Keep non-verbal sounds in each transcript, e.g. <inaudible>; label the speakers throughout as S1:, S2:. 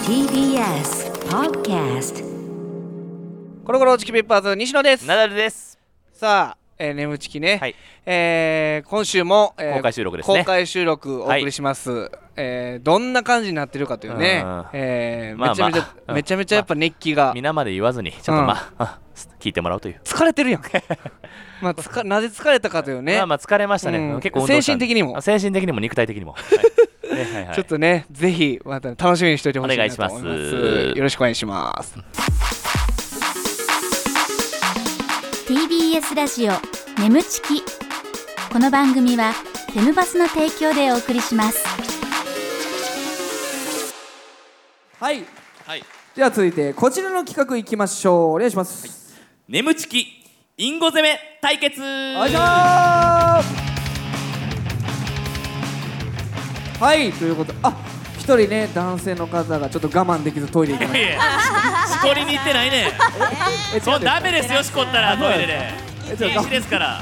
S1: TBS Podcast
S2: コロコロチキペッパーズ西野です
S3: ナダルです。
S2: さあ、えー、眠ちきね、
S3: はい
S2: えー今週も、えー
S3: 公開収録ですね
S2: 公開収録お送りします、えーどんな感じになってるかというね
S3: うん、
S2: えー
S3: まあまあ
S2: めちゃめちゃ、
S3: うん
S2: めちゃめちゃやっぱ熱気が、
S3: 皆まで言わずに、ちょっとまあ、あ
S4: <laughs>
S3: 聞いてもらうという。
S2: 疲れてるやん <laughs> まあつかなぜ疲れたかというね、
S3: まあまあ疲れましたね。
S2: うん
S3: 結構運動したんで
S2: 精神的にも
S3: あ精神的にも肉体的にも。
S5: <laughs>
S3: はいねはいはい
S2: ちょっとねぜひまた楽しみにしておいてほしいなと思います
S3: お願いします
S2: よろしくお願いします
S1: TBS ラジオ眠ちきこの番組はテムバスの提供でお送りします
S5: はい
S4: はい。
S5: では続いてこちらの企画いきましょうお願いします、
S4: 眠ちきインゴ攻め対決。
S5: はい、しますはいということであ一人ね男性の方がちょっと我慢できずトイレ行きま
S4: い
S5: し
S4: やいやしこりに行ってないね。
S5: たえ
S4: そう
S5: 違う
S4: ダメですよしこったらトイレで。
S5: えちょっ
S4: 禁
S5: と
S4: 止ですから。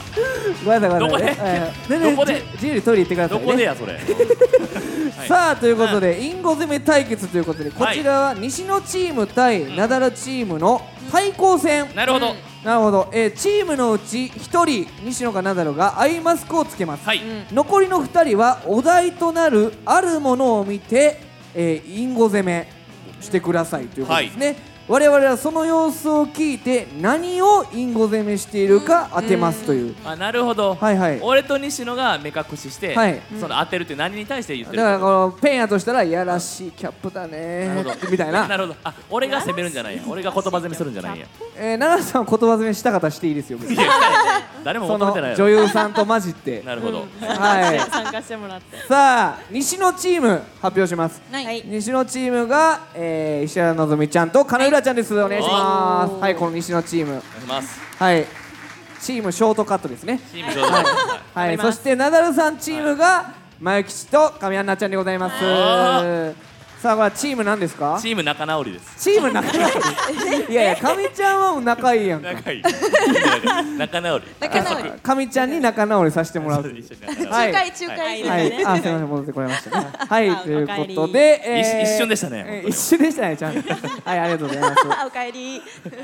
S5: ごめんなさいごめんなさいねえーね
S4: どこで
S5: じ自由にトイレ行ってください
S4: ど
S5: ね
S4: こでやそれ。はい
S5: さあということで、インゴ攻め対決ということでこちらは西野チーム対ナダルチームの対抗戦、
S4: なるほど。
S5: なるほど、えーチームのうち1人西野かナダルがアイマスクをつけます、
S4: はい。
S5: 残りの2人はお題となるあるものを見て、えー、インゴ攻めしてくださいということですね、我々はその様子を聞いて何をインゴ攻めしているか当てますという、
S4: あなるほど。
S5: はいはい
S4: 俺と西野が目隠しして
S5: はい、
S4: その当てるって何に対して言って
S5: だ
S4: る
S5: か
S4: の。
S5: らこのペンやとしたらいやらしいキャップだ
S4: な
S5: ね
S4: るほど
S5: みたいな
S4: なるほど。あ俺が攻めるんじゃないや。俺が言葉攻めするんじゃないや。
S5: えー、奈良さんは言葉詰めした方していいですよ別に
S4: いやしたい誰も
S5: そ
S4: 求め
S5: の
S4: てないや
S5: 女
S4: ろ。
S5: 優さんと混じって
S4: なるほど。
S5: はい
S6: 参加してもらって。
S5: さあ西野チーム発表します
S6: はい。
S5: 西野チームが、えー、石原のぞみちゃんと金浦ちゃんです、お願いしますはいこの西野チーム
S4: お願いします。
S5: はいチームショートカットですね
S4: チーム上手はい
S5: は
S6: 頑張り
S5: い
S6: ま
S5: そ
S6: す
S5: してナダルさんチームが前吉と神アンナちゃんでございます
S4: ー
S5: さあこれはチームなんですか
S4: チーム仲直りです。
S5: チーム仲良
S4: <laughs>
S5: いいやいや神ちゃんはもう仲いいやんか
S4: 仲いい。仲直り。
S6: 仲直り。
S5: 神ちゃんに仲直りさせてもらう
S4: 一緒に仲直り
S5: はい
S6: 仲いい仲介仲
S5: は
S6: 介
S5: い、
S6: ですね。
S5: あ、すみません、戻ってこれました
S4: <laughs>
S5: ね。はい、
S6: あ
S5: ということで、
S4: 一一瞬でしたね
S5: えー
S4: 本当に
S5: 一瞬でしたね、ちゃんと。はい、ありがとうございます。
S6: あおかえり。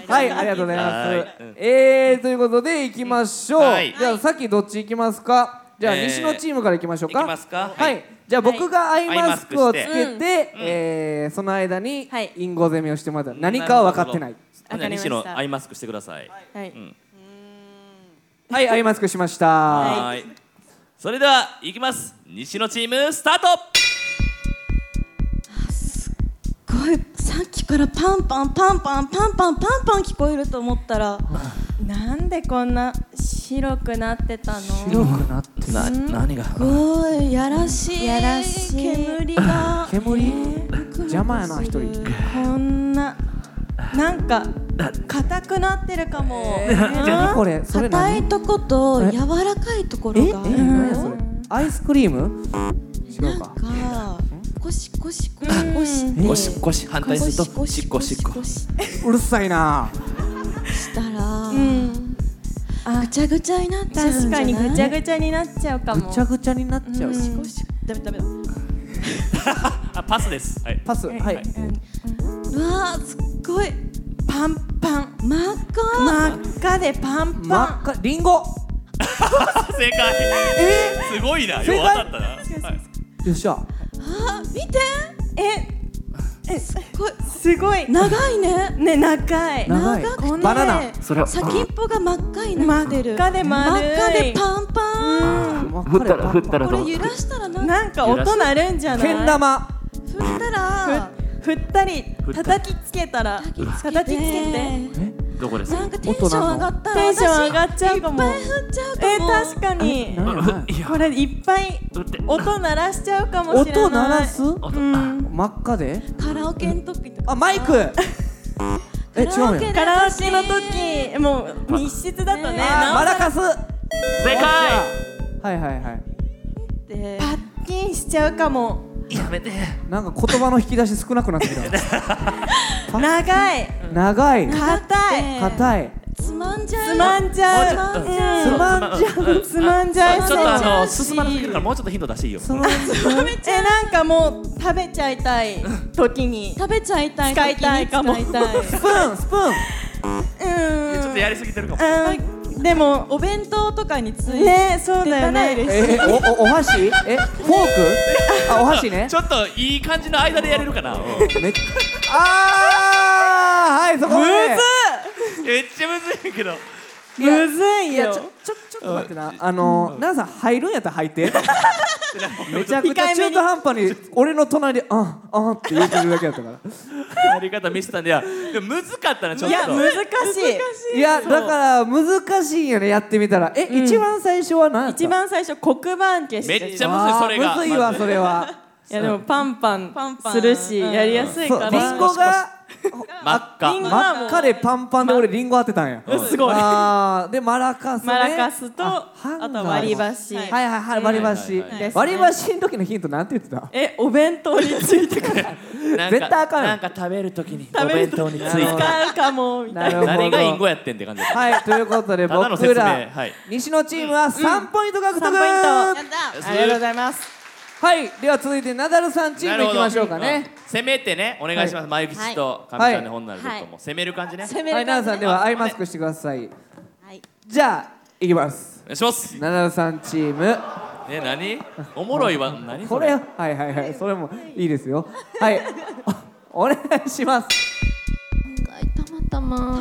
S5: はい、ありがとうござい
S4: は
S5: ま
S4: いうん
S5: す。えー、ということで、行きましょう。
S4: はい
S5: じゃあ、さっきどっち行きますか。じゃあ、
S4: えー
S5: 西野チームから行きましょうか。
S4: 行きますか
S5: は
S4: はい
S5: い。じゃあ、僕がアイマスクをつけ
S4: アイ
S6: マスクして
S5: て、えーその間に
S6: はい、
S5: インゴ攻めをしてもらったら、何かは分かってない。
S4: ほんなら西
S6: わかりまし
S4: 野
S6: た
S4: アイマスクしてください。
S6: はい。
S5: はい、アイマスクしました。
S4: はーい。それでは行きます。西野チームスタート。
S7: これさっきからパンパンパンパンパンパンパンパン聞こえると思ったらなんでこんな白くなってたの
S5: 白くなってる。
S4: な何が。
S7: すごいやらしい
S6: やらしい
S7: 煙が
S5: 煙
S7: ブクブク
S5: 邪魔やな一人
S7: するこんななんか硬くなってるかも、
S5: 何これそれ
S7: 硬
S5: 何
S7: いとこと
S5: え
S7: 柔らかいとこ
S5: え、
S7: ろ
S5: え、
S7: が
S5: 何やそれ。アイスクリーム。違
S7: な
S5: うんか
S7: か。コシコシコシコシって
S4: ゴシゴシ反対すると
S7: ゴシ
S4: シ
S7: ゴ
S4: コ
S7: シ
S4: シ
S7: ゴ
S4: コ
S7: シゴ。シ
S5: うるさいな。
S7: したら、
S6: あ
S7: ぐちゃぐちゃになっちゃうんじゃ
S6: 確
S7: な
S6: か
S7: い
S6: にぐちゃぐちゃになっちゃうかも
S5: ぐち。ゃぐちゃになっちゃう。
S7: ゴシ
S6: ダメダメだ。
S4: あパスです。はい。
S5: パス。はい。
S7: わあすっごいパンパン真っ赤
S6: 真っ赤でパンパ
S5: 真
S6: ン。
S5: っ赤。リンゴ。
S4: 正解。えすごいな。よ
S5: 正解
S4: う当たったな。はい
S5: よっしゃ。
S7: あ見て
S6: え
S7: すっごい
S6: すごい。
S7: 長いね
S6: ね長い。
S5: 長い
S7: 長くて
S5: バナナ
S7: それ先っぽが真っ赤になって
S6: 真っ
S7: る
S6: 赤で丸い
S7: 真っ赤でパンパン
S5: 振ったら振ったら。
S7: これ揺らしたらなんか
S6: なんか音鳴るんじゃない。
S5: けん玉。
S7: 振ったら
S6: ふ。振ったり叩きつけたら叩きつけて。
S4: どこですか。
S7: なんかテンション上がったら
S6: テンション上がっちゃうかも
S7: 私いっぱい振っちゃうかも
S6: え確かに。
S4: いや
S6: これいっぱい音鳴らしちゃうかもしれない。
S5: 音鳴らす。
S6: うん。
S5: 真っ赤で。
S7: カラオケの時とか
S5: あ、マイク。え、違う
S7: カラオ
S5: よ
S7: ケの。時
S6: カラオケの時もう密室だとね、
S7: ね
S5: あ、マ
S6: なお
S5: ラカス。
S4: 正解。
S5: はいはいはい。
S7: って
S6: パッキンしちゃうかも
S5: なんか言葉の引き出し <laughs> 少なくなってきた。
S6: 長い
S5: 長い。
S6: 硬い
S5: 硬い。
S7: ずつまんじゃう
S6: つまんじゃう
S7: つまんじゃう
S6: つまんじゃうつまんじゃい
S4: ちょっとあの
S7: そう
S4: 進まなすぎるからもうちょっとヒント出していいよ
S6: つまん <laughs>
S7: えなんかもう食べちゃいたい時に
S6: 食べちゃいたい
S7: 使いたいかも
S6: 使いたい
S5: スプーンスプーン
S7: うん
S4: ちょっとやりすぎてるかも
S7: うんでもお弁当とかについて
S6: ねそうだよ
S7: ない
S6: ね
S7: です
S5: えおおお箸えフォークあお箸ね
S4: ちょっといい感じの間でやれるかなうん
S5: めっあーはいそこまで
S4: めっちゃむずいけど
S6: むずい
S5: いや
S6: よ
S5: ちょちょちょっと待ってなあの奈々さん入るんやったら入って <laughs> めちゃくちゃ中途半端に俺の隣で「あんあん」って言ってるだけやった <laughs> から
S4: やり方見せたんでいやでもむずかったなちょっ
S7: いや
S4: と
S7: 難しい
S5: いやだから難しいんよねやってみたらえ、一番最初は何やった
S7: 一番最初黒板消し
S4: め
S7: て
S4: っ
S7: る
S4: ちゃむずいそれが
S5: あーむずいわそれ <laughs> は
S6: いやでもパンパン
S7: パンパン
S6: するし
S7: うん
S6: やりやすい
S5: そ
S6: か
S5: う
S6: ら
S5: リンゴが
S4: 真っ赤
S7: リンゴは
S5: 真っ
S7: もう
S5: 赤でパンパンで俺リンゴ当てたんや
S6: すごい
S5: あーでマラカスね
S6: マラカスとあ
S5: ハンガー
S6: と割り箸
S5: はいはいはい割り箸
S4: はいはい
S6: はいですね
S5: 割り箸の時のヒントなんて言ってた
S6: えお弁当についてくる
S4: なん
S5: 絶対あかん
S4: なんか食べるときにお
S6: 食べ
S4: 弁
S6: る時
S4: 当につい
S5: なるほど
S4: て
S6: 使うかもみたい
S5: なるほ
S6: な
S5: ど
S4: 誰がインゴやってんって感じだった
S5: はいということで
S4: ただの説
S5: 僕
S4: 明
S5: ら
S4: はい
S5: 西のチームは3ポイント獲得
S6: 3ポイント
S7: あ
S6: ありがとうございます
S5: はいでは続いてナダルさんチームいきましょうか
S4: なる
S5: ね
S4: ほどうん攻めてねお願いします前吉と上ちゃんで本なるとも攻める感じね
S7: 攻め
S5: はい
S7: る
S5: ナダル
S7: 感じ
S5: さんではアイマスクしてください
S1: はい
S5: じゃあいきます
S4: お願いします
S5: ナダルさんチーム
S4: え何おもろいわ何
S5: こ
S4: そ
S5: れ
S4: れ
S5: はいはいはいそれもいいですよはいお願いします
S8: たまたま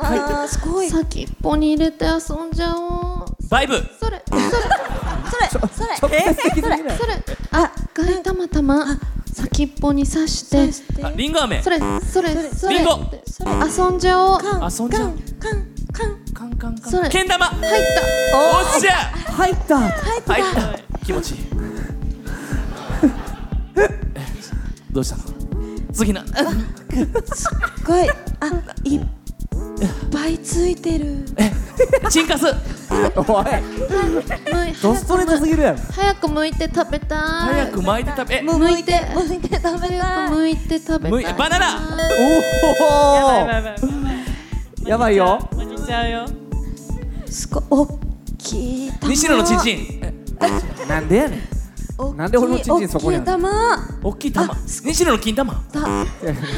S7: あーすごい
S8: 先っぽに入れて遊んじゃおう
S4: バイブ
S8: それそれ
S7: それそれ
S5: 直接的すぎない
S8: それあがいたまたま先っぽに刺して
S4: あリンゴ飴
S8: それそれそれ
S4: リンゴ
S8: 遊んじゃおう
S7: カン
S4: 遊んじゃう
S7: カンカン
S4: カンカンカ
S8: それ
S4: けん玉おっ
S8: 入った
S4: しゃ
S5: 入った
S4: 入った気持ちいい <laughs> どうしたの次な
S7: すごいあいっぱいついてる
S4: チンカス
S5: おい
S8: むい
S5: ドストレートすぎるやろ
S8: 早くむいて食べたい
S4: 早く巻いて食べえ
S8: むいてむいて食べたいむいて食
S4: む
S8: べ
S4: い
S8: たい
S4: バナナ
S5: おお
S6: や
S5: やば
S6: ばい
S5: いよ
S6: 負けちゃうよ
S7: すごいおっきい玉
S4: 西野のチンチンえ
S5: なんでやねん
S7: おっきい
S5: なんで俺のチンチンそこにあ
S7: おっ
S5: る
S7: き
S4: 大き
S7: い玉
S4: い玉西野の金玉
S7: こ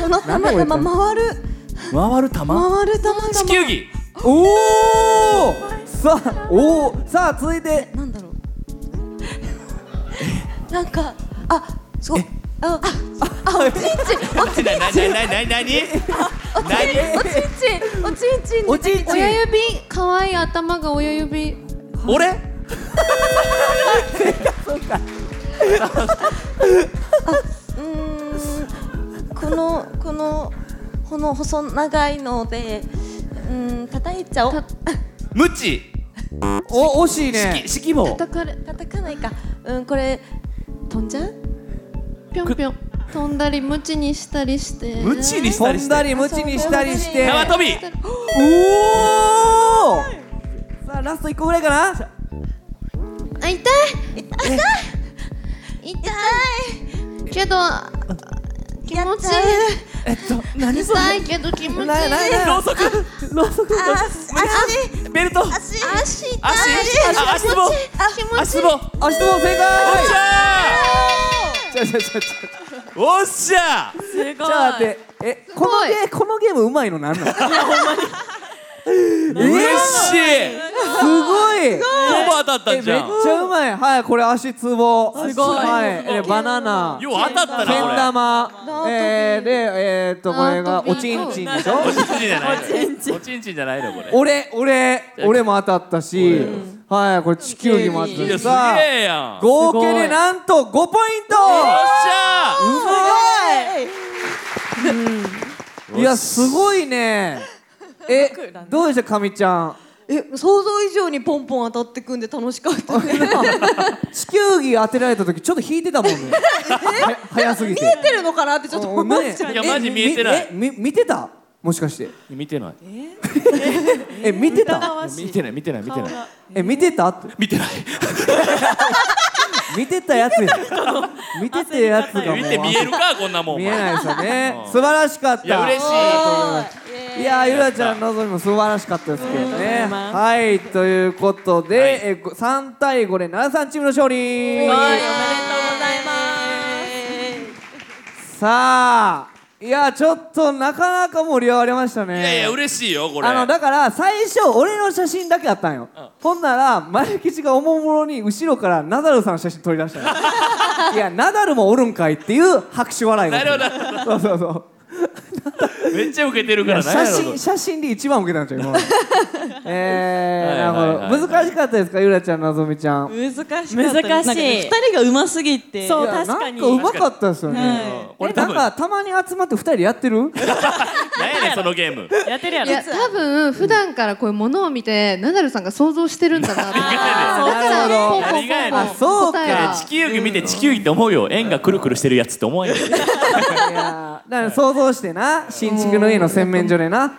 S7: の
S5: なんで俺
S7: 玉玉回る
S4: 回る玉
S7: 回る玉玉
S4: 地球儀
S5: おおさあおおさあ続いて
S7: なんだろう。なんか、あ、すごい。あ、あ、あ、おちんちん、おちんちん、
S4: ななななな何何
S8: おちんちんおちんちん
S5: おちんちん
S8: 親指可愛い頭が親指
S4: 俺
S7: この、この、この細長いので。うん、叩いちゃおう。
S4: ムチ
S5: お惜しいね
S4: 四季棒
S8: 叩かれ
S7: 叩かないか、うん、これ。飛んじゃう。
S8: ぴょんぴょん飛んだりムチにしたりして
S4: ムチにした
S5: 飛
S4: りし
S5: んだ
S4: て
S5: りムチにしたりして
S4: 縄跳び
S5: おおさあラスト一個ぐらいかな
S8: あ痛い痛い痛いけど気持ちい
S5: えっと何
S8: い痛いけど気持ちいい
S5: ななな
S4: ろうそく
S5: ろうそく
S4: ベルト
S8: 足足痛い
S4: 足あ足棒
S8: 気持ちい
S4: 足
S8: い
S4: 棒おっ
S5: 足とも正
S4: し
S5: 解
S4: ゃ
S5: ちょちょちょちょ
S4: ーおっしゃー
S6: すごい
S5: ちょっと待ってえこのゲーこのゲームうまいのなんなの
S4: 嬉
S5: え
S4: しい
S5: すごい
S4: ほぼ当たった
S5: えめ
S4: ん
S5: っ
S4: じ
S5: ち
S4: ゃんよう
S5: ゃうまいはいこれ足つぼす
S6: ごい
S5: はいえバナナけん
S4: 当たったな
S5: 玉えーでえーっとこれがおちんちんでしょ
S4: 俺おちんちんじゃないおちんちんじゃないのこれ
S5: 俺俺俺も当たったしはいこれ地球儀も当たっ
S4: いや
S5: た
S4: す
S5: さ
S4: げえやんおっし
S5: 合計でなんと5ポイント
S4: ゃー
S5: すごいいやすごいねえどうでしたかみちゃん
S6: え想像以上にポンポン当たってくんで楽しか
S8: <laughs>
S6: ったね
S5: 地球儀当てられた時ちょっと引いてたもんね <laughs> は早すぎて
S6: てるのかなってちょっと思っ
S5: ね
S6: ちゃう
S4: いやマジ見えてな
S5: え
S4: い
S5: みみ見てたもしかして
S4: 見てない
S5: え見てた
S4: 見てない見てない見てない
S5: え見てたって
S4: 見てない
S5: 見てたやつや見てたやつがもう
S4: 見て見えるかこんなもんお
S5: 見
S4: 前
S5: えないですよね
S4: うん
S5: 素晴らしかった
S4: いや嬉しい
S5: ありがとうございますいやーゆらちゃんのぞみも素晴らしかったですけどね。はいということで、えー3対5で奈良さんチームの勝利。さあいやーちょっとなかなか盛り上がりましたね。
S4: いやいや嬉しいよこれ
S5: あのだから最初俺の写真だけあったんよ、ほんなら丸吉がおもむろに後ろからナダルさんの写真取り出した
S4: <laughs>
S5: のいやナダルもおるんかいっていう拍手笑い
S4: なるほど
S5: どそうそうそう
S4: めっちゃ受けてる
S5: い
S4: か
S5: や
S4: ら
S5: 写
S4: 何やろ
S5: 真写真で一番受けたんちゃう今
S4: <laughs>
S5: までえー、
S4: はいはいはい
S5: なるほど難しかったですかゆらちゃんなぞみちゃん
S6: 難しかった
S7: 難しい
S6: 2人がうますぎてそう
S5: いや
S6: 確かに
S5: なんかうまかったですよね、
S6: は
S4: これ
S5: えな
S4: 多
S5: ん
S4: 分
S5: かたまに集まって二人でや
S4: <laughs>
S5: ってる
S4: 何やねんそのゲーム
S6: やってるや
S8: いや多分普段からこういうものを見てナダルさんが想像してるんだなってだから
S5: なるほど
S8: ポンポンポンポン
S4: 何がやね
S5: んそうか
S8: 答えが
S4: 地球儀見て地球儀って思うよ円がくるくるしてるやつって思わんよ
S5: いやーだから想像してな新築の家の洗面所でな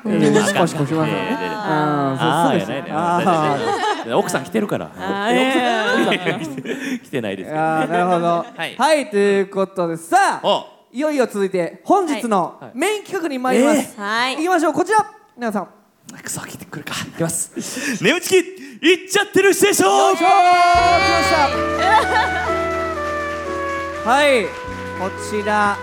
S5: シコシコしますよねああ
S4: ああ
S5: そうで
S4: ーや
S5: す
S4: ないね
S5: ねあー
S4: 奥さん来てるから奥さん来てないですけど
S5: あーなるほどは、
S4: はいい
S5: ということでさあ
S4: お
S5: いよいよ続いて本日のメイン企画に参ります、
S6: はいい
S5: きましょうこちら皆さん
S4: クソ来てくるかいきます寝打ちきいっちゃってるステーション
S5: よいしょー来ましたはいこちら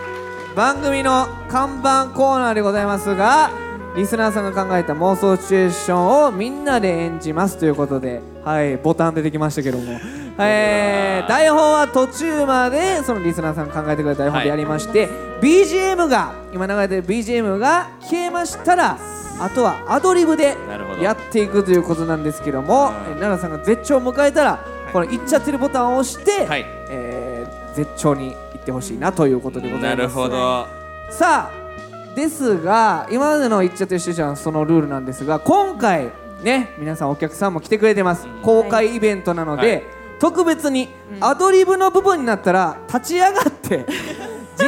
S5: 番組の看板コーナーでございますがリスナーさんが考えた妄想シチュエーションをみんなで演じますということではいボタン出てきましたけども、えー台本は途中までそのリスナーさんが考えてくれた台本でやりまして、BGM が今流れてる BGM が消えましたらあとはアドリブで
S4: なるほど
S5: やっていくということなんですけども、えー奈良さんが絶頂を迎えたら、この「いっちゃってる」ボタンを押して、
S4: はい
S5: えー絶頂に行ってほしいなということでございます
S4: なるほど
S5: さあですが今までの「いっちゃってる」シチュエーションはそのルールなんですが今回ね皆さんお客さんも来てくれてます公開イベントなので、
S4: はい
S5: 特別にアドリブの部分になったら立ち上が
S4: <laughs>
S5: って、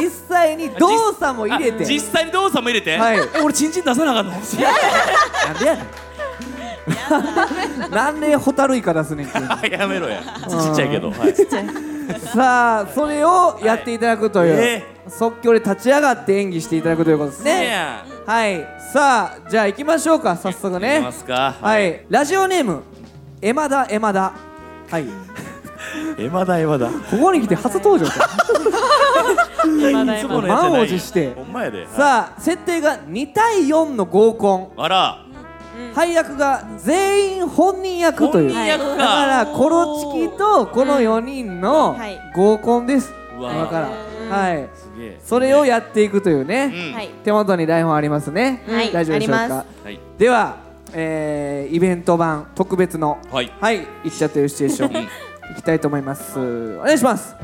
S5: 実際に動作も入れて
S4: 実際に動作も入れて
S5: はい
S4: え俺チンチン出さなあかん
S5: <laughs>
S4: の
S5: なんでやね
S4: <laughs>
S5: んなんでホタルイカ出すねん急に
S4: やめろやちっちゃいけどはい
S5: さあそれをやっていただくという、
S4: はいえ
S5: 即興で立ち上がって演技していただくということです
S4: ねえ
S5: ね
S4: や
S5: はいさあじゃあ行きましょうか早速
S4: いき
S5: ね
S4: ますか
S5: はいラジオネームエマダエマダはい
S4: エマだエマだ
S5: ここに来て初登
S4: <laughs>
S5: 場か
S4: いつものやつじゃない
S5: 満を持して
S4: ほんまやであ
S5: さあ設定が2対4の合コン
S4: あら
S5: 配役が全員本人役という
S4: 本人役か
S5: だからコロチキとこの4人の
S6: はい
S5: 合コンです、
S4: うわ
S5: 今からはい
S4: すげえ
S5: それをやっていくというね、
S4: うん
S6: い
S5: 手元に台本ありますね、
S6: はい
S5: 大丈夫でしょう
S6: あり
S5: か
S6: ま
S4: はい
S5: では、えーイベント版特別の
S4: はい
S5: はい行っちゃってるシチュエーション行きたいと思いますお願いします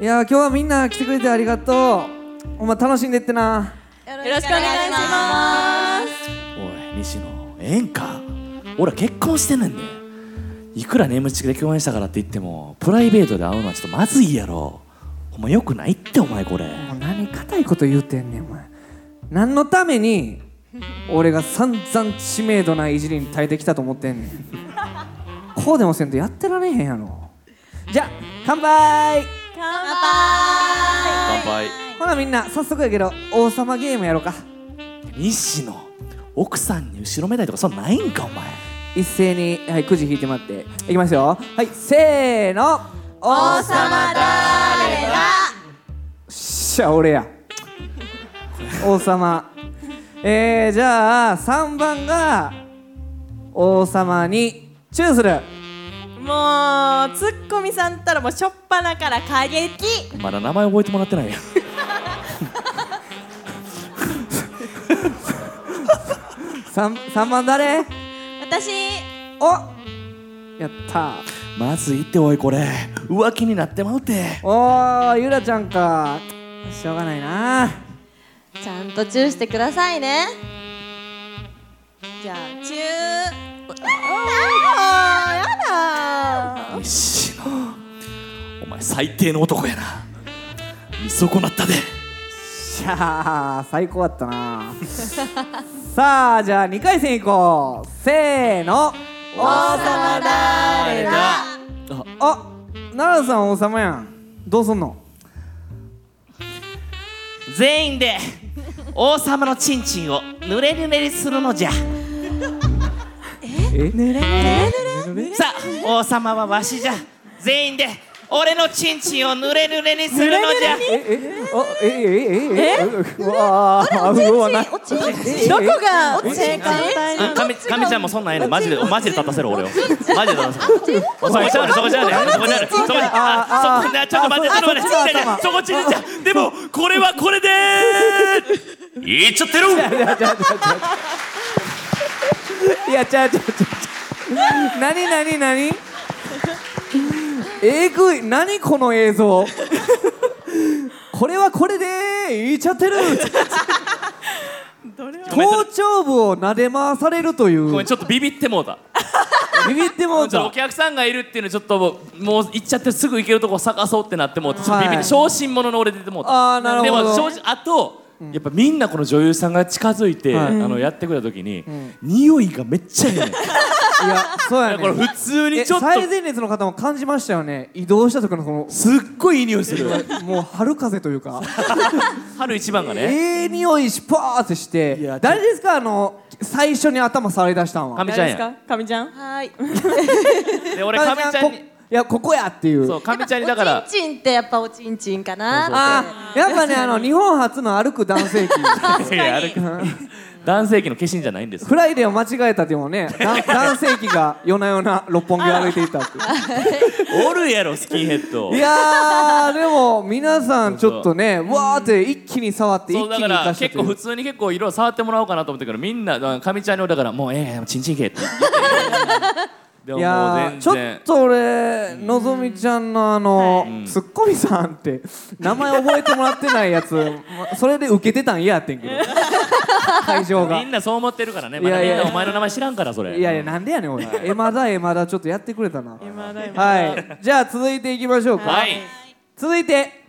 S5: いやー今日はみんな来てくれてありがとうほんま楽しんでってな
S6: よろしくお願いします
S4: おい西野ええんか俺ら結婚してんねんでいくら眠ちで共演したからって言ってもプライベートで会うのはちょっとまずいやろお前よくないってお前これ
S5: もう何硬いこと言うてんねんお前何のために俺が散々知名度ないいじりに耐えてきたと思ってんねんこうでもせんとやってられへんやろじゃあ乾杯
S4: 乾杯
S5: ほなみんな早速やけど王様ゲームやろうか
S4: 西野奥さんに後ろめたいとかそんなんないんかお前
S5: 一斉に、はい、くじ引いてもらっていきますよはいせーの王様誰だしゃ俺や王様えー、じゃあ3番が王様にチューする
S6: もうツッコミさんったらもうしょっぱなから過激
S4: まだ名前覚えてもらってないやん
S5: 3, 3番誰
S7: 私
S5: おやった
S4: まずいっておいこれ浮気になってまうて
S5: おーゆらちゃんかしょうがないな
S7: ちゃんとチューしてくださいねじゃあチューあーやだ
S4: 西野お前最低の男やな見損なったで
S5: しゃあ最高だったな <laughs> さあじゃあ2回戦いこうせーの王様誰だあ奈良さん王様やんどうすんの
S4: 全員で
S9: 王様のチンチンをぬれぬれにするのじゃ
S5: え
S9: ぬれぬれさあ王様はわしじゃ全員で俺のチンチンをぬれぬれにするのじゃ
S5: ええあええええええわあうわな
S6: どこが正解
S4: うんかみかみちゃんもそんなんええねんマジでマジで立たせろ俺をマジで立たせろそこにあるそこにあるそこにあるそこにあるそこにあるちょっと待ってちょっと待って痛い痛いそこちんちゃんでもこれはこれでいっちゃってる
S5: いやちゃうちゃうちゃうちゃう何何何えぐい何この映像これはこれで言っちゃってる頭頂部を撫で回されるとい
S4: ご
S5: う
S4: めんちょっとビビってもうた
S5: ビビってもう
S4: ちょっ
S5: た
S4: とお客さんがいるっていうのちょっともうもう行っちゃってすぐ行けるとこ探そうってなってもうてちょっとビビ
S5: は
S4: っ
S5: い
S4: て小心者の俺出てもうた
S5: あーなるほど
S4: でも正直あと
S10: やっぱみんなこの女優さんが近づいて、
S5: はい
S10: あのやってくれた時に、匂いがめっちゃ
S5: <laughs>
S10: ええねん
S5: いやそうや
S4: これ
S5: ね
S4: 普通に
S5: え
S4: ちょっと
S5: 最前列の方も感じましたよね移動した時のその
S10: すっごいいい匂いする
S5: もう春風というか
S4: 春一番がね
S5: ええ匂いしパーってして
S10: いや
S5: 誰ですかあの最初に頭触り出したんは
S4: かみちゃんや
S6: かかみちゃん
S7: はい
S4: で俺かみちゃんに
S5: こいやここやっていう
S4: そうかみちゃんにだから
S7: おちんちんってやっぱおちんちんかな
S5: あーやっぱねあの日本初の歩く男性器 <laughs>
S4: いやあれ男性器の化身じゃないんです
S5: フライデーを間違えたでもねだ男性器が夜な夜な六本木を歩いていたっていう
S4: <laughs> おるやろスキンヘッド
S5: いやーでも皆さんちょっとねわーって一気に触って一気
S4: そ
S5: に
S4: うだか
S5: 生からした
S4: 結
S5: とい
S4: 構
S5: う
S4: 普通に結構いろいろ触ってもらおうかなと思ったけどみんなだからかみちゃんに俺だからもうええもうチンチン系って言ってでも
S5: い
S4: もう
S5: やー
S4: 全
S5: ちょ
S4: 然
S5: っと俺のぞみちゃんのあのツッコミさんって名前覚えてもらってないやつまそれで受けてたん嫌やってん
S4: <laughs>
S5: けど会場が
S4: みんなそう思ってるからねまだ
S5: い
S4: み
S5: やい
S4: ん
S5: や
S4: なお前の名前知らんからそれ
S5: いやいやなんでやねん俺えまだえまだちょっとやってくれたなはいじゃあ続いていきましょうか
S4: はい
S5: 続いて、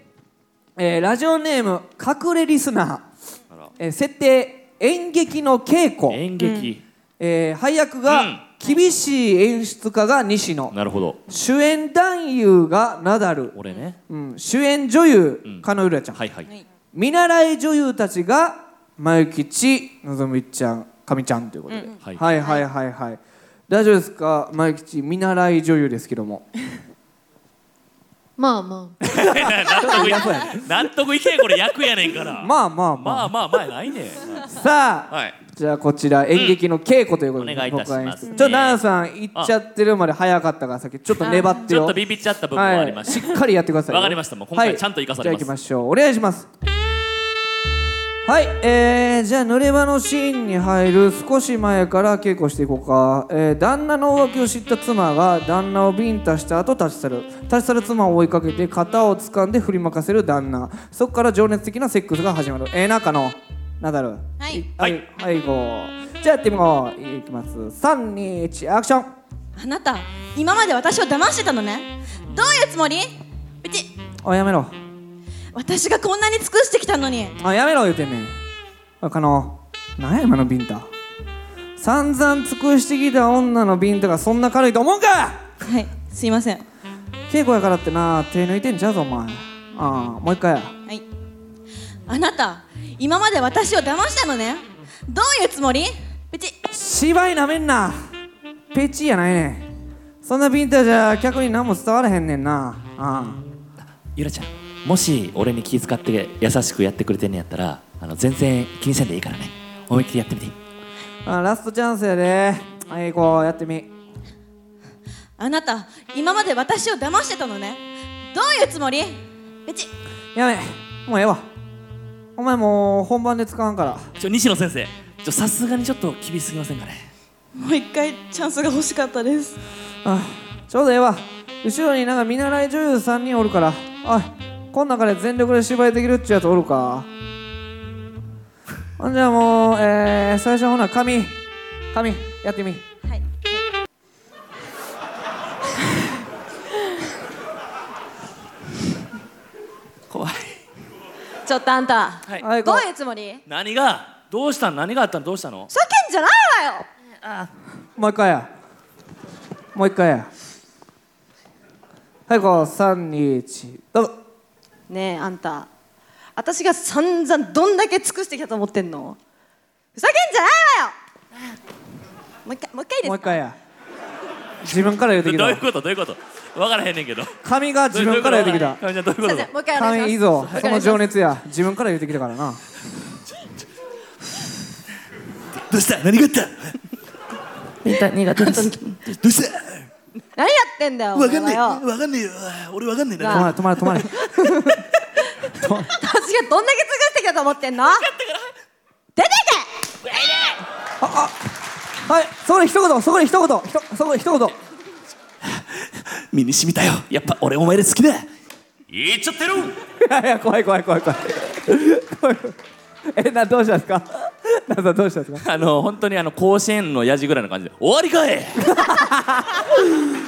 S5: えーラジオネーム隠れリスナー、えー設定演劇の稽古、
S4: 演劇
S5: えー配役
S4: うん
S5: が厳しい演出家が西野、
S4: なるほど
S5: 主演男優がナダル、
S4: 俺ね
S5: うん、主演女優、
S4: ん
S5: 加納ゆらちゃん、
S4: はい <laughs> はい
S5: 見習い女優たちが前吉のぞみちゃんかみちゃんということで、
S4: はい
S5: はいはいはいはい大丈夫ですか前吉見習い女優ですけども
S8: まあまあ
S4: 納得いけんこれ役やねんから
S5: まあまあまあ、
S4: まあまあまあないね
S5: さあ、
S4: はい
S5: じゃあこちら演劇の稽古ということで、
S4: お願いいたし
S5: 僕は演
S4: ま
S5: 出
S4: す
S5: ちょっと奈々さん行っちゃってるまで早かったからさっきちょっと粘って
S4: ち
S5: よ
S4: ょっとビビっちゃった部分もありま
S5: はい、
S4: し
S5: したっかりやってくださいよ
S4: わかりましたもう今回ちゃんと生かされま
S5: はい、じゃあ行
S4: す
S5: きましょうお願いしますはいえー、じゃあ濡れ場のシーンに入る少し前から稽古していこうか、えー、旦那の浮気を知った妻が旦那をビンタした後立ち去る立ち去る妻を追いかけて肩を掴んで振りまかせる旦那そこから情熱的なセックスが始まるえー、なんかのナダル
S8: はい
S5: はいはいこうじゃあやってみよういきます321アクション
S7: あなた今まで私を騙してたのねどういうつもりうち
S5: あやめろ
S7: 私がこんなに尽くしてきたのに
S5: あやめろ言うてんねんあかのなんや今のビンタ散々尽くしてきた女のビンタがそんな軽いと思うんか
S7: はいすいませんは
S5: 稽古やからってな手抜いてんちゃうぞお前ああもう一回や
S7: いあなた今まで私を騙したのねどういうつもりうち
S5: 芝居なめんなペチやないねんそんなビンタじゃ客に何も伝わらへんねんなあ
S4: ゆらちゃんもし俺に気遣って優しくやってくれてんねやったらあの全然気にせんでいいからね思いっきりやってみていい
S5: ああラストチャンスやではいこうやってみ
S7: あなた今まで私を騙してたのねどういうつもりうち
S5: やめもうええわお前もう本番で使わんから
S4: ちょ西野先生ちょさすがにちょっと厳しすぎませんかね
S7: もう一回チャンスが欲しかったです
S5: あちょうどええわ後ろになんか見習い女優3人おるからあこん中で全力で芝居できるっちゅうやつおるかほんじゃもう、えー、最初ほな紙紙やってみ
S7: はい
S4: 怖い
S7: ちょっとあんた、
S4: はい
S5: はい
S7: ど
S5: こ
S7: う
S5: う
S7: いうつもり
S4: 何がどうしたの何があったのどうしたの
S7: 叫んじゃないわよ
S5: もう一回やもう一回やはいこう321どうぞ
S7: ねえあんた私が散々どんだけ尽くしてきたと思ってんのふざけんじゃないわよもう一回もう一回いいですか
S5: もう一回や自分から言うてき
S3: どういう
S5: た
S3: ことどういうこと分からへんねんけど
S5: 髪が自分から言うてきた
S3: どういうことどういうことどういうこと
S7: もう一回お願
S5: 髪
S7: いします
S5: いいぞ
S7: わか
S5: そ
S7: りま
S5: の
S7: した
S5: 情熱や自分から言うてきたからな
S4: どうした何があった
S11: 苦手です
S4: どうした
S7: 何やってんだよお
S4: わ
S7: 前
S4: かんねえ
S7: はよ
S4: わかんねえよ俺わかんね
S5: 止
S4: えな
S5: まれ止まれ止まれ
S7: 私がどんだけ尽くしてきたと思ってんの出てけ
S5: はいそこで一言そこで一言ひとそこで一言
S4: 身に染みたよやっぱ俺お前で好きだ
S3: 言っちゃってる
S5: いやいや怖い怖い怖い怖い <laughs> 怖いえなどうしたんですかなさんどうしたんですか
S3: あの本当にあの甲子園のやじぐらいの感じで終わりかい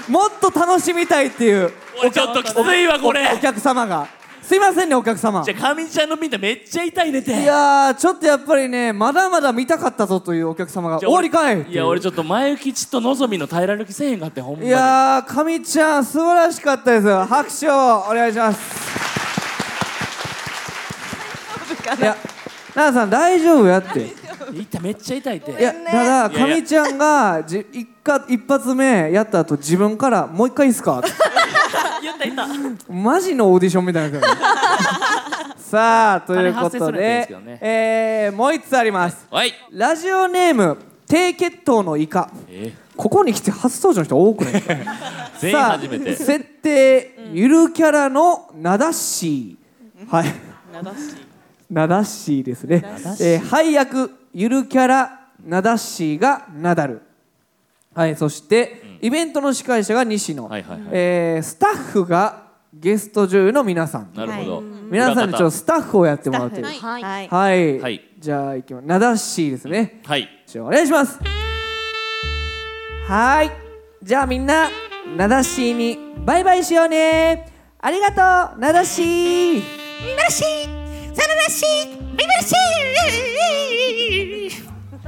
S5: もっと楽しみたいっていう
S3: 俺ちょっときついわこれ
S5: お客様がすいませんねお客様
S3: じゃあかみちゃんのみんなめっちゃ痛いねて
S5: いやーちょっとやっぱりねまだまだ見たかったぞというお客様が
S3: じ
S5: 終
S3: ゃあ
S5: わ
S3: 俺
S5: りかいっていう
S3: いや俺ちょっと前行きちとのぞみの平ら歩きせえへんかってほんま
S5: い
S3: に
S5: やーかみちゃん素晴らしかったですよ拍手をお願いし
S3: <laughs>
S5: ますいや奈々さん大丈夫やって
S3: 痛いめっちゃ痛いて
S5: いやただかみちゃんがじ一か一発目やった後自分から「もう一回いいっすか?」マジのオーディションみたいな感じさあというこ
S3: あれ発声
S5: と
S3: するやつ
S5: で
S3: ですけどね
S5: えーもう一つあります
S3: はい
S5: ラジオネーム低血糖のイカ
S3: え
S5: ここに来て初登場の人多くないですか
S3: 全員
S5: さあ
S3: 初めて
S5: 設定ゆるキャラのなだっしーはいなだっしーですねえー配役ゆるキャラなだっしーがナダルはいそして、イベントの司会者が西野、
S3: はいはいはい
S5: えースタッフがゲスト女優の皆さん
S3: なるほど
S5: 皆さんにちょっとスタッフをやってもらうという
S8: はい
S5: は
S8: はい
S5: い、
S3: はい
S5: じゃあいきますなだっしーですね、
S3: はい
S5: じゃあお願いしますはーいじゃあみんななだしーにバイバイしようねありがとうなだしー
S8: なしさらなしビバし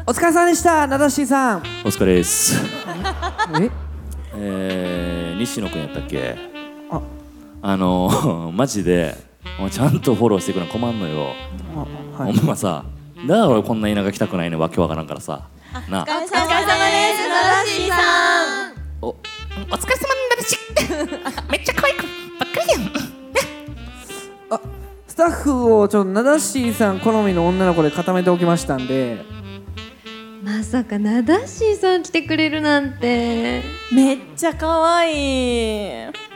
S5: お疲れさんでしたなだしーさん
S4: お疲れです
S5: え
S4: えー、西野君やったっけ
S5: あ
S4: あの <laughs> マジでお前ちゃんとフォローしてくれな困んのよ、
S5: あは
S4: ほんまさだから俺こんな田舎来たくないのわけわからんからさなあ
S8: お疲れ様ですなだしさん
S11: お疲れ様だしめっちゃ可愛くばっかりやん
S5: スタッフをちょっとなだしーさん好みの女の子で固めておきましたんで
S8: まさかなだしーさん来てくれるなんて
S6: めっちゃ可愛い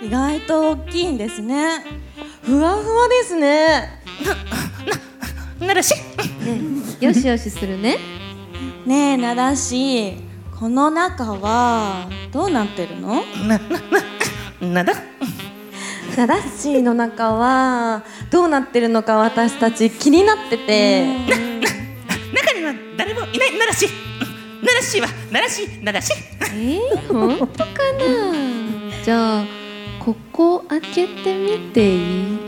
S7: 意外と大きいんですねふわふわですね
S11: なるし
S8: よしよしするね
S7: ねえなだしこの中はどうなってるの
S11: なだ
S7: なだしの中はどうなってるのか私たち気になってて
S11: 中には誰もいないならしならしはならしならし
S8: えー、本当かなじゃあここ開けてみていい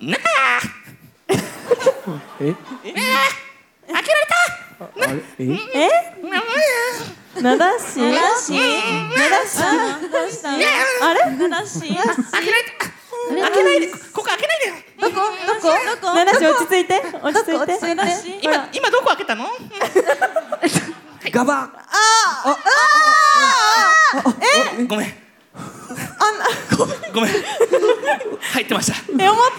S11: な
S5: え
S11: 開けられた
S5: あれえ
S6: なだし
S7: なだしなだしどうしたのあれなだし
S11: 開けられた開けないでここ開けないで
S7: どこどこどこ
S6: なだし落ち着いて落ち着いて
S7: なだし
S11: 今今どこ開けたの
S5: ガバン
S11: ごめんごめん入ってました
S6: え思ったよ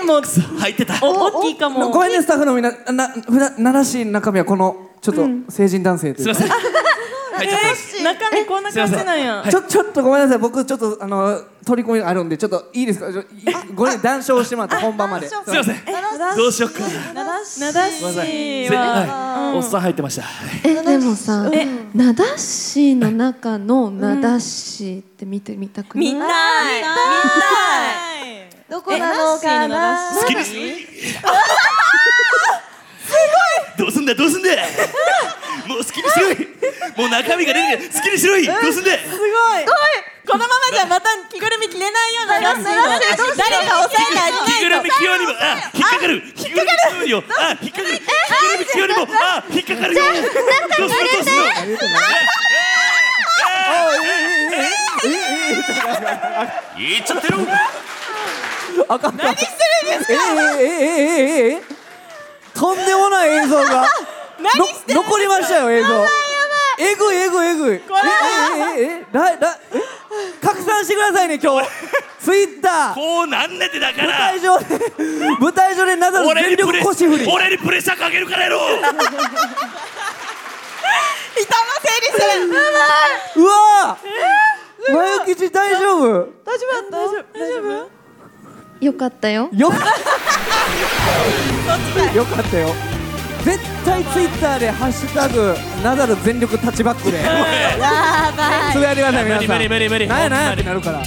S6: りもう
S11: 入ってた
S6: お大きいかも
S5: ごめんねスタッフのみんななふだなだしーの中身はこのちょっと成人男性という
S11: すいません入っちゃってました
S6: 中身こんな感じなんや
S5: ちょちょっとごめんなさい、僕ちょっとあの取り込みがあるんで、ちょっといいですか、ちょいごめん談笑してもらって本番まで。
S7: 談笑
S11: すいませんどうしようか
S7: なだし
S6: なだしは
S4: はいおっさん入ってました
S8: えでもさなだしの中のなだしって見てみたくない
S6: 見たい見たい
S7: どこなのかな
S11: 好きですどうすんだどうすんだもう好きにしろいもう中身が出てる好きにしろいどうすんだ
S6: すごいこのままじゃまた着ぐるみ着れないようななだし誰か押さえないと
S11: 着ぐるみ着ようにもあ引っかかる着ぐるみ着ようにもあ引っかかる着ぐるみ着ようにもあ引っかかるよどうするどうする言っちゃってる
S5: あかんかん。何する
S12: ええええええええとんでもない映像がの残りましたよ映像えぐいえぐいえぐいえええええららえ拡散してくださいね今日ツイッター
S13: こうなんねってだか
S12: 舞
S13: ら
S12: 台上で舞台上でナダル
S13: 俺
S12: 全
S13: にプ
S12: 力
S13: レ
S12: 腰振り
S13: 俺にプレッシャーかけるからやろ
S6: 整理してる
S12: うわー前吉大丈夫
S6: 大丈夫大丈夫大丈
S8: よかったよ
S12: よかったよかったよ絶対ツイッターで「ハッシュタグナダル全力タッチバック」でつぶやいてください皆さん
S4: 無理無理無理
S12: なんやなんやってなるから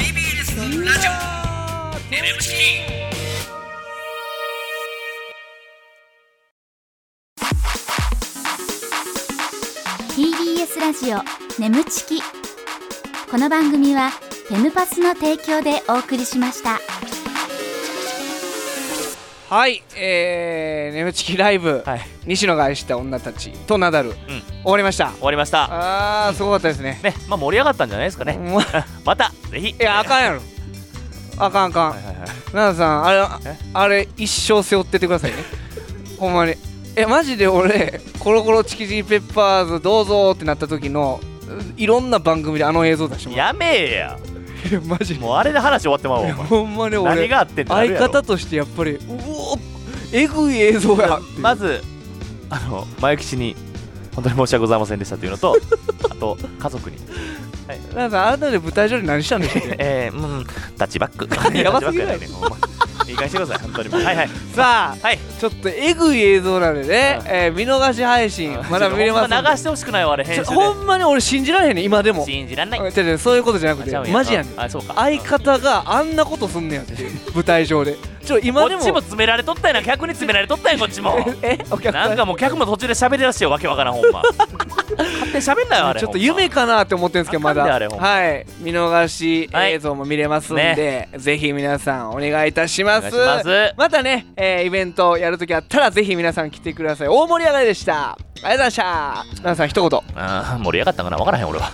S1: TBS ラジオ眠ちきこの番組はフェムパスの提供でお送りしました
S5: はい、えー、ネムチキライブ、
S4: はい
S5: 西野が愛した女たちとナダル、終わりました。
S4: わりました
S5: あー、すごかったですね。
S4: ねまあ盛り上がったんじゃないですかね
S5: もう
S4: またぜひ
S5: いや、あかんやろ。あかんあかん。
S4: はいはいはい
S5: ナダルさん、あれあ
S4: え、
S5: あれ一生背負ってってくださいね。 <laughs> ほんまに。え、マジで俺、コロコロチキチキペッパーズどうぞーってなった時の、いろんな番組であの映像出してもら
S4: やめえや
S5: って <laughs> マジで。
S4: もうあれで話終わってまうわお前
S5: ほんまに俺
S4: 何、があってってなる
S5: 相
S4: やろ
S5: 方としてやっぱり、うおーえぐい映像やっていう。
S4: まずあの前吉に本当に申し訳ございませんでしたという
S5: <laughs>
S4: のとあと家族に
S5: ナダルさん、あなたで舞台上で何したんでしょうね。
S4: <laughs> えー、うんタッチバック
S5: やばすぎる
S4: タッチバックやないねほんまいい加減してください本当にもうはいはい
S5: さあ、
S4: はい
S5: ちょっとえぐい映像なんでね、えー見逃し配信、まだ見れますん
S4: ほ
S5: で
S4: ん流してほしくないわあれ編
S5: ち
S4: 集
S5: ょ
S4: で
S5: ほんまに俺信じられへんねん今でも
S4: 信じらんない
S5: 違う違うそういうことじゃなく
S4: あちゃうん
S5: てマジやねん
S4: あそうか
S5: 相方があんなことすんねやって
S4: <laughs>
S5: いう舞台上でちょ
S4: こ
S5: 今で
S4: っちも
S5: も
S4: 詰められとったやな客に詰められとったやんこっち <laughs> も
S5: えお客
S4: な
S5: さ
S4: ん
S5: ん
S4: かもう客も途中で喋りだしてよわけわからんほんま <laughs> 勝手に喋んなよあれ
S5: ちょっと
S4: ほんま
S5: 夢かなって思ってるんですけどまだ
S4: あかんであれほんま
S5: はい見逃し
S4: はい
S5: 映像も見れますんで、ぜひ皆さんお願いいたします
S4: お願いします
S5: たね、えーイベントやるときあったらぜひ皆さん来てください大盛り上がりでしたありがとうございました皆さん一言
S4: あー盛り上がったんかなわからへん俺は